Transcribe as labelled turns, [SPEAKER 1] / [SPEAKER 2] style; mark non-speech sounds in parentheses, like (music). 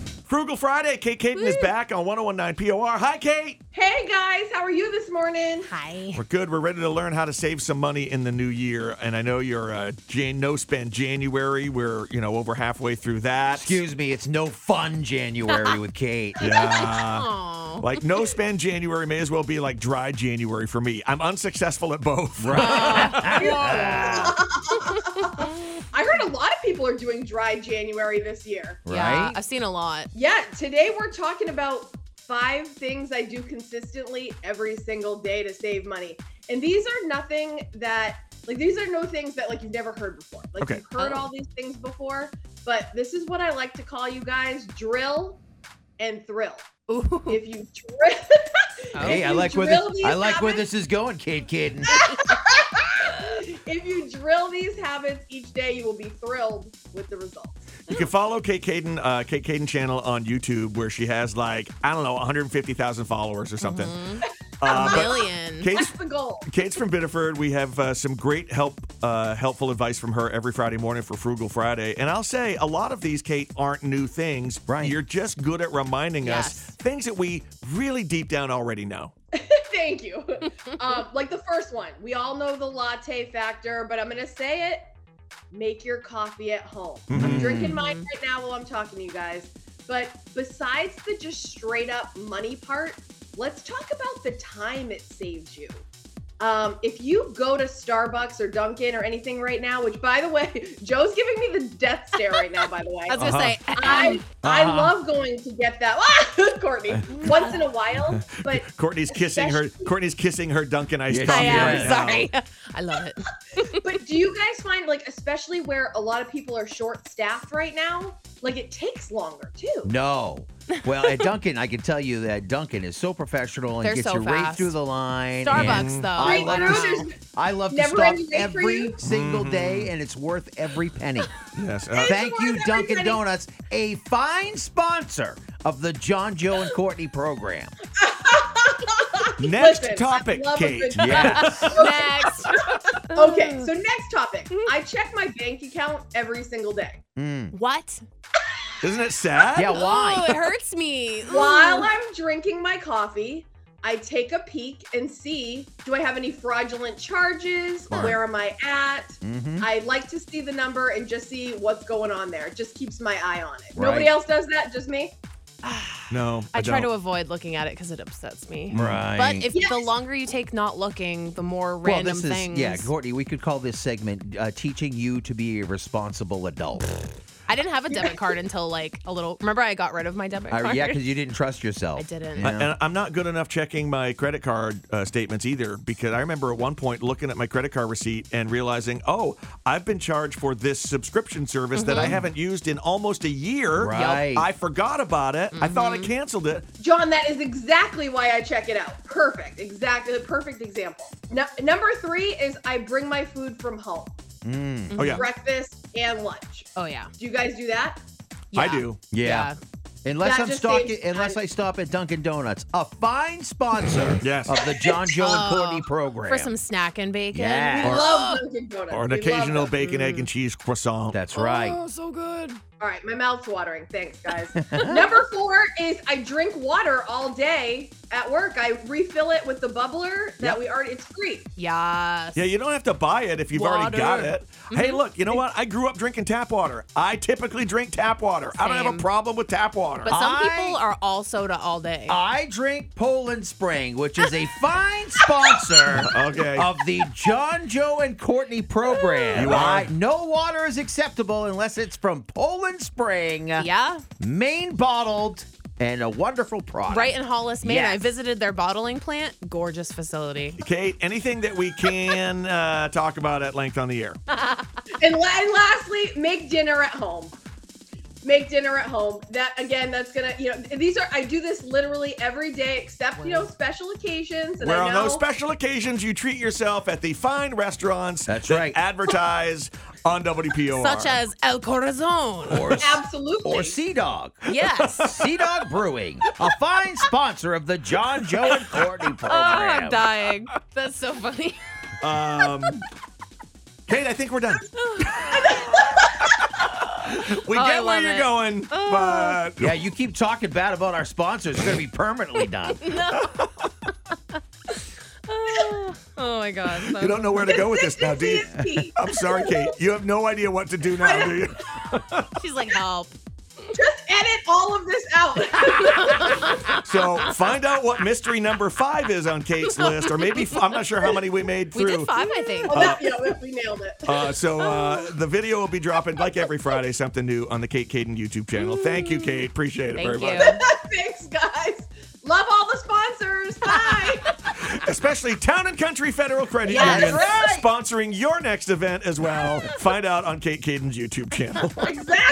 [SPEAKER 1] Frugal Friday. Kate Caden is back on 1019 POR. Hi, Kate.
[SPEAKER 2] Hey guys, how are you this morning?
[SPEAKER 3] Hi.
[SPEAKER 1] We're good. We're ready to learn how to save some money in the new year. And I know you're uh, Jan- no spend January. We're, you know, over halfway through that.
[SPEAKER 4] Excuse me, it's no fun January with Kate.
[SPEAKER 3] Aw.
[SPEAKER 1] Like no spend January may as well be like dry January for me. I'm unsuccessful at both.
[SPEAKER 2] I heard a lot of people are doing dry January this year.
[SPEAKER 3] Yeah,
[SPEAKER 4] Right?
[SPEAKER 3] I've seen a lot.
[SPEAKER 2] Yeah, today we're talking about five things I do consistently every single day to save money. And these are nothing that like these are no things that like you've never heard before. Like
[SPEAKER 1] Okay.
[SPEAKER 2] you've heard
[SPEAKER 3] Oh.
[SPEAKER 2] all these things before, but this is what I like to call you guys drill and thrill.
[SPEAKER 3] Ooh.
[SPEAKER 2] If you drill (laughs)
[SPEAKER 4] Hey, I
[SPEAKER 2] you
[SPEAKER 4] like where
[SPEAKER 2] drill
[SPEAKER 4] this,
[SPEAKER 2] these
[SPEAKER 4] I like where
[SPEAKER 2] habits-
[SPEAKER 4] this is going, Kate Caden.
[SPEAKER 2] (laughs) if you drill these habits each day, you will be thrilled with the results.
[SPEAKER 1] You can follow Kate Caden, uh, Kate Caden channel on YouTube where she has like, I don't know, 150,000 followers or something.
[SPEAKER 3] Mm-hmm.
[SPEAKER 1] Uh, but
[SPEAKER 3] Million.
[SPEAKER 1] Kate's
[SPEAKER 2] That's the goal. (laughs)
[SPEAKER 1] Kate's from Biddeford. We have uh, some great help, uh, helpful advice from her every Friday morning for Frugal Friday. And I'll say a lot of these, Kate, aren't new things.
[SPEAKER 4] Right.
[SPEAKER 1] You're just good at reminding us
[SPEAKER 3] Yes.
[SPEAKER 1] things that we really deep down already know.
[SPEAKER 2] Thank you. um, like the first one, we all know the latte factor, but I'm gonna say it. Make your coffee at home. I'm
[SPEAKER 1] Mhm.
[SPEAKER 2] drinking mine right now while I'm talking to you guys. But besides the just straight up money part, let's talk about the time it saves you. Um, if you go to Starbucks or Dunkin' or anything right now, which by the way, (laughs) Joe's giving me the death stare right now, by the way.
[SPEAKER 3] (laughs) I was gonna say.
[SPEAKER 2] I I
[SPEAKER 4] Uh-huh.
[SPEAKER 2] love going to get that (laughs) Courtney once in a while,
[SPEAKER 4] (laughs)
[SPEAKER 2] but
[SPEAKER 1] Courtney's kissing her. Courtney's kissing her Dunkin' iced
[SPEAKER 4] Yes,
[SPEAKER 3] I
[SPEAKER 1] coffee.
[SPEAKER 4] she
[SPEAKER 3] am
[SPEAKER 1] right now.
[SPEAKER 3] sorry. I love it.
[SPEAKER 2] but do you guys find like especially where a lot of people are short staffed right now, like it takes longer too.
[SPEAKER 4] No. Well, at Duncan, I can tell you that Duncan is so professional and
[SPEAKER 3] They're
[SPEAKER 4] gets
[SPEAKER 3] so
[SPEAKER 4] you right
[SPEAKER 3] fast.
[SPEAKER 4] through the line. and
[SPEAKER 3] Starbucks though.
[SPEAKER 4] I
[SPEAKER 2] Wait,
[SPEAKER 4] love
[SPEAKER 2] no,
[SPEAKER 4] to,
[SPEAKER 2] there's
[SPEAKER 4] I love to
[SPEAKER 2] never
[SPEAKER 4] stop
[SPEAKER 2] any wait for
[SPEAKER 4] every
[SPEAKER 2] you?
[SPEAKER 4] single day, and it's worth every penny.
[SPEAKER 1] Yes. Uh,
[SPEAKER 4] Thank you,
[SPEAKER 2] worth every
[SPEAKER 4] Dunkin'
[SPEAKER 2] penny.
[SPEAKER 4] Donuts, a fine sponsor of the John, Joe, and Courtney program.
[SPEAKER 1] next
[SPEAKER 2] Listen, I
[SPEAKER 1] topic,
[SPEAKER 2] love a good
[SPEAKER 1] Kate.
[SPEAKER 2] time.
[SPEAKER 4] Yes.
[SPEAKER 3] Next.
[SPEAKER 2] (laughs) (laughs)
[SPEAKER 3] Mm.
[SPEAKER 2] Okay, so next topic. I check my bank account every single day.
[SPEAKER 4] Mm.
[SPEAKER 3] What?
[SPEAKER 1] Isn't it sad?
[SPEAKER 4] Yeah,
[SPEAKER 3] Ooh,
[SPEAKER 4] why?
[SPEAKER 3] it hurts
[SPEAKER 2] (laughs)
[SPEAKER 3] me. Ooh.
[SPEAKER 2] While I'm drinking my coffee, I take a peek and see do I have any fraudulent charges?
[SPEAKER 4] Smart.
[SPEAKER 2] Where am I at?
[SPEAKER 4] hmm
[SPEAKER 2] I like to see the number and just see what's going on there. It just keeps my eye on it.
[SPEAKER 4] Right.
[SPEAKER 2] Nobody else does that, just me.
[SPEAKER 1] No.
[SPEAKER 3] I try to
[SPEAKER 1] don't.
[SPEAKER 3] avoid looking at it because it upsets me.
[SPEAKER 4] Right.
[SPEAKER 3] But if
[SPEAKER 2] Yes.
[SPEAKER 3] the longer you take not looking, the more
[SPEAKER 4] well,
[SPEAKER 3] random
[SPEAKER 4] this is
[SPEAKER 3] things.
[SPEAKER 4] yeah, Courtney. We could call this segment uh, "Teaching You to Be a
[SPEAKER 3] (laughs)
[SPEAKER 4] Responsible Adult." Uh,
[SPEAKER 3] I didn't have a debit card until like a little. Remember, I got rid of my debit
[SPEAKER 4] Uh,
[SPEAKER 3] card.
[SPEAKER 4] yeah, because you didn't trust yourself.
[SPEAKER 3] I didn't.
[SPEAKER 4] Yeah.
[SPEAKER 1] And I'm not good enough checking my credit card uh, statements either because I remember at one point looking at my credit card receipt and realizing, oh, I've been charged for this subscription service that I haven't used in almost a year.
[SPEAKER 4] Right.
[SPEAKER 1] I forgot about it. I thought I canceled it.
[SPEAKER 2] John, that is exactly why I check it out. Perfect. Exactly. The perfect example. No, number three is I bring my food from home
[SPEAKER 4] Mm.
[SPEAKER 1] Oh, yeah.
[SPEAKER 2] breakfast and lunch.
[SPEAKER 3] Oh yeah.
[SPEAKER 2] Do you guys do that?
[SPEAKER 1] I
[SPEAKER 3] Yeah.
[SPEAKER 1] do.
[SPEAKER 4] Yeah. Unless
[SPEAKER 2] That
[SPEAKER 4] I'm
[SPEAKER 2] just
[SPEAKER 4] stalking,
[SPEAKER 2] seems-
[SPEAKER 4] unless I stop at Dunkin' Donuts, a fine sponsor
[SPEAKER 1] (laughs) Yes.
[SPEAKER 4] of the John, Joe, and
[SPEAKER 3] Oh,
[SPEAKER 4] Courtney program.
[SPEAKER 3] For some snack and bacon.
[SPEAKER 4] Yeah.
[SPEAKER 3] We
[SPEAKER 1] Or-
[SPEAKER 2] Love Dunkin' Donuts.
[SPEAKER 1] Or an
[SPEAKER 2] We love
[SPEAKER 1] occasional
[SPEAKER 2] them.
[SPEAKER 1] bacon, egg, and cheese croissant.
[SPEAKER 4] That's right.
[SPEAKER 3] Oh, so good.
[SPEAKER 2] All right, my mouth's watering. Thanks,
[SPEAKER 1] (laughs)
[SPEAKER 2] guys. number four is I drink water all day at work. I refill it with the bubbler that
[SPEAKER 4] Yep.
[SPEAKER 2] we already. It's free.
[SPEAKER 3] Yes.
[SPEAKER 1] yeah, you don't have to buy it if you've already
[SPEAKER 3] Water.
[SPEAKER 1] got it. Hey, look, you know what? I grew up drinking tap water. I typically drink tap water. I don't have
[SPEAKER 3] Same.
[SPEAKER 1] a problem with tap water.
[SPEAKER 3] But some
[SPEAKER 4] I-
[SPEAKER 3] people are all soda all day.
[SPEAKER 1] Uh,
[SPEAKER 4] I drink Poland Spring, which
[SPEAKER 3] (laughs)
[SPEAKER 4] is a fine sponsor
[SPEAKER 1] (laughs) okay.
[SPEAKER 4] of the John, Joe, and Courtney program.
[SPEAKER 1] You are.
[SPEAKER 4] I- no water is acceptable unless it's from Poland Spring,
[SPEAKER 3] yeah.
[SPEAKER 4] main bottled, and a wonderful product.
[SPEAKER 3] Right in Hollis, Maine. I
[SPEAKER 4] Yes.
[SPEAKER 3] visited their bottling plant. Gorgeous facility.
[SPEAKER 1] Kate, anything that we can uh, talk about at length on the air?
[SPEAKER 2] And, la- and lastly, make dinner at home. Make dinner at home. That again, that's gonna, you know, these are. I do this literally every day, except you know special occasions. And
[SPEAKER 1] Where
[SPEAKER 2] I
[SPEAKER 1] on
[SPEAKER 2] know
[SPEAKER 1] those special occasions you treat yourself at the fine restaurants
[SPEAKER 4] That's
[SPEAKER 1] that
[SPEAKER 4] right.
[SPEAKER 1] advertise on WPOR.
[SPEAKER 3] Such as El Corazon. (laughs)
[SPEAKER 4] Or,
[SPEAKER 2] absolutely.
[SPEAKER 4] or Sea Dog.
[SPEAKER 1] (laughs) Oh,
[SPEAKER 3] yes.
[SPEAKER 4] Sea Dog Brewing, a fine sponsor of the John, Joe, and Courtney program.
[SPEAKER 3] (laughs) Oh, I'm dying. That's so funny.
[SPEAKER 1] (laughs)
[SPEAKER 3] (laughs)
[SPEAKER 1] Um, Kate, I think we're done. We
[SPEAKER 3] Oh, I
[SPEAKER 1] get where
[SPEAKER 3] love
[SPEAKER 1] you're
[SPEAKER 3] it. Oh.
[SPEAKER 1] going, but
[SPEAKER 4] Yeah, you keep talking bad about our sponsors. It's going to be permanently done.
[SPEAKER 3] oh my god. That
[SPEAKER 1] you don't know where to go with this now, do you?
[SPEAKER 2] Consistency is key.
[SPEAKER 1] I'm sorry, Kate. You have no idea what to do now, do you?
[SPEAKER 3] was- she's like, help.
[SPEAKER 2] Just edit all of this
[SPEAKER 1] (laughs)
[SPEAKER 2] out.
[SPEAKER 1] So find out what mystery number five is on Kate's list, or maybe f- I'm not sure how many we made
[SPEAKER 3] We
[SPEAKER 1] through.
[SPEAKER 3] did five, I think.
[SPEAKER 2] well, that, yeah, we nailed it.
[SPEAKER 1] Uh, so uh, the video will be dropping like every Friday, something new on the Kate Caden YouTube channel. Thank you, Kate. Appreciate it very
[SPEAKER 3] Thank
[SPEAKER 1] much.
[SPEAKER 3] you.
[SPEAKER 2] (laughs) Thanks, guys. Love all the sponsors. Bye.
[SPEAKER 1] (laughs) Especially Town and Country Federal Credit
[SPEAKER 3] Yes.
[SPEAKER 1] Union
[SPEAKER 2] Right.
[SPEAKER 1] sponsoring your next event as well. Find out on Kate Caden's YouTube channel.
[SPEAKER 2] exactly.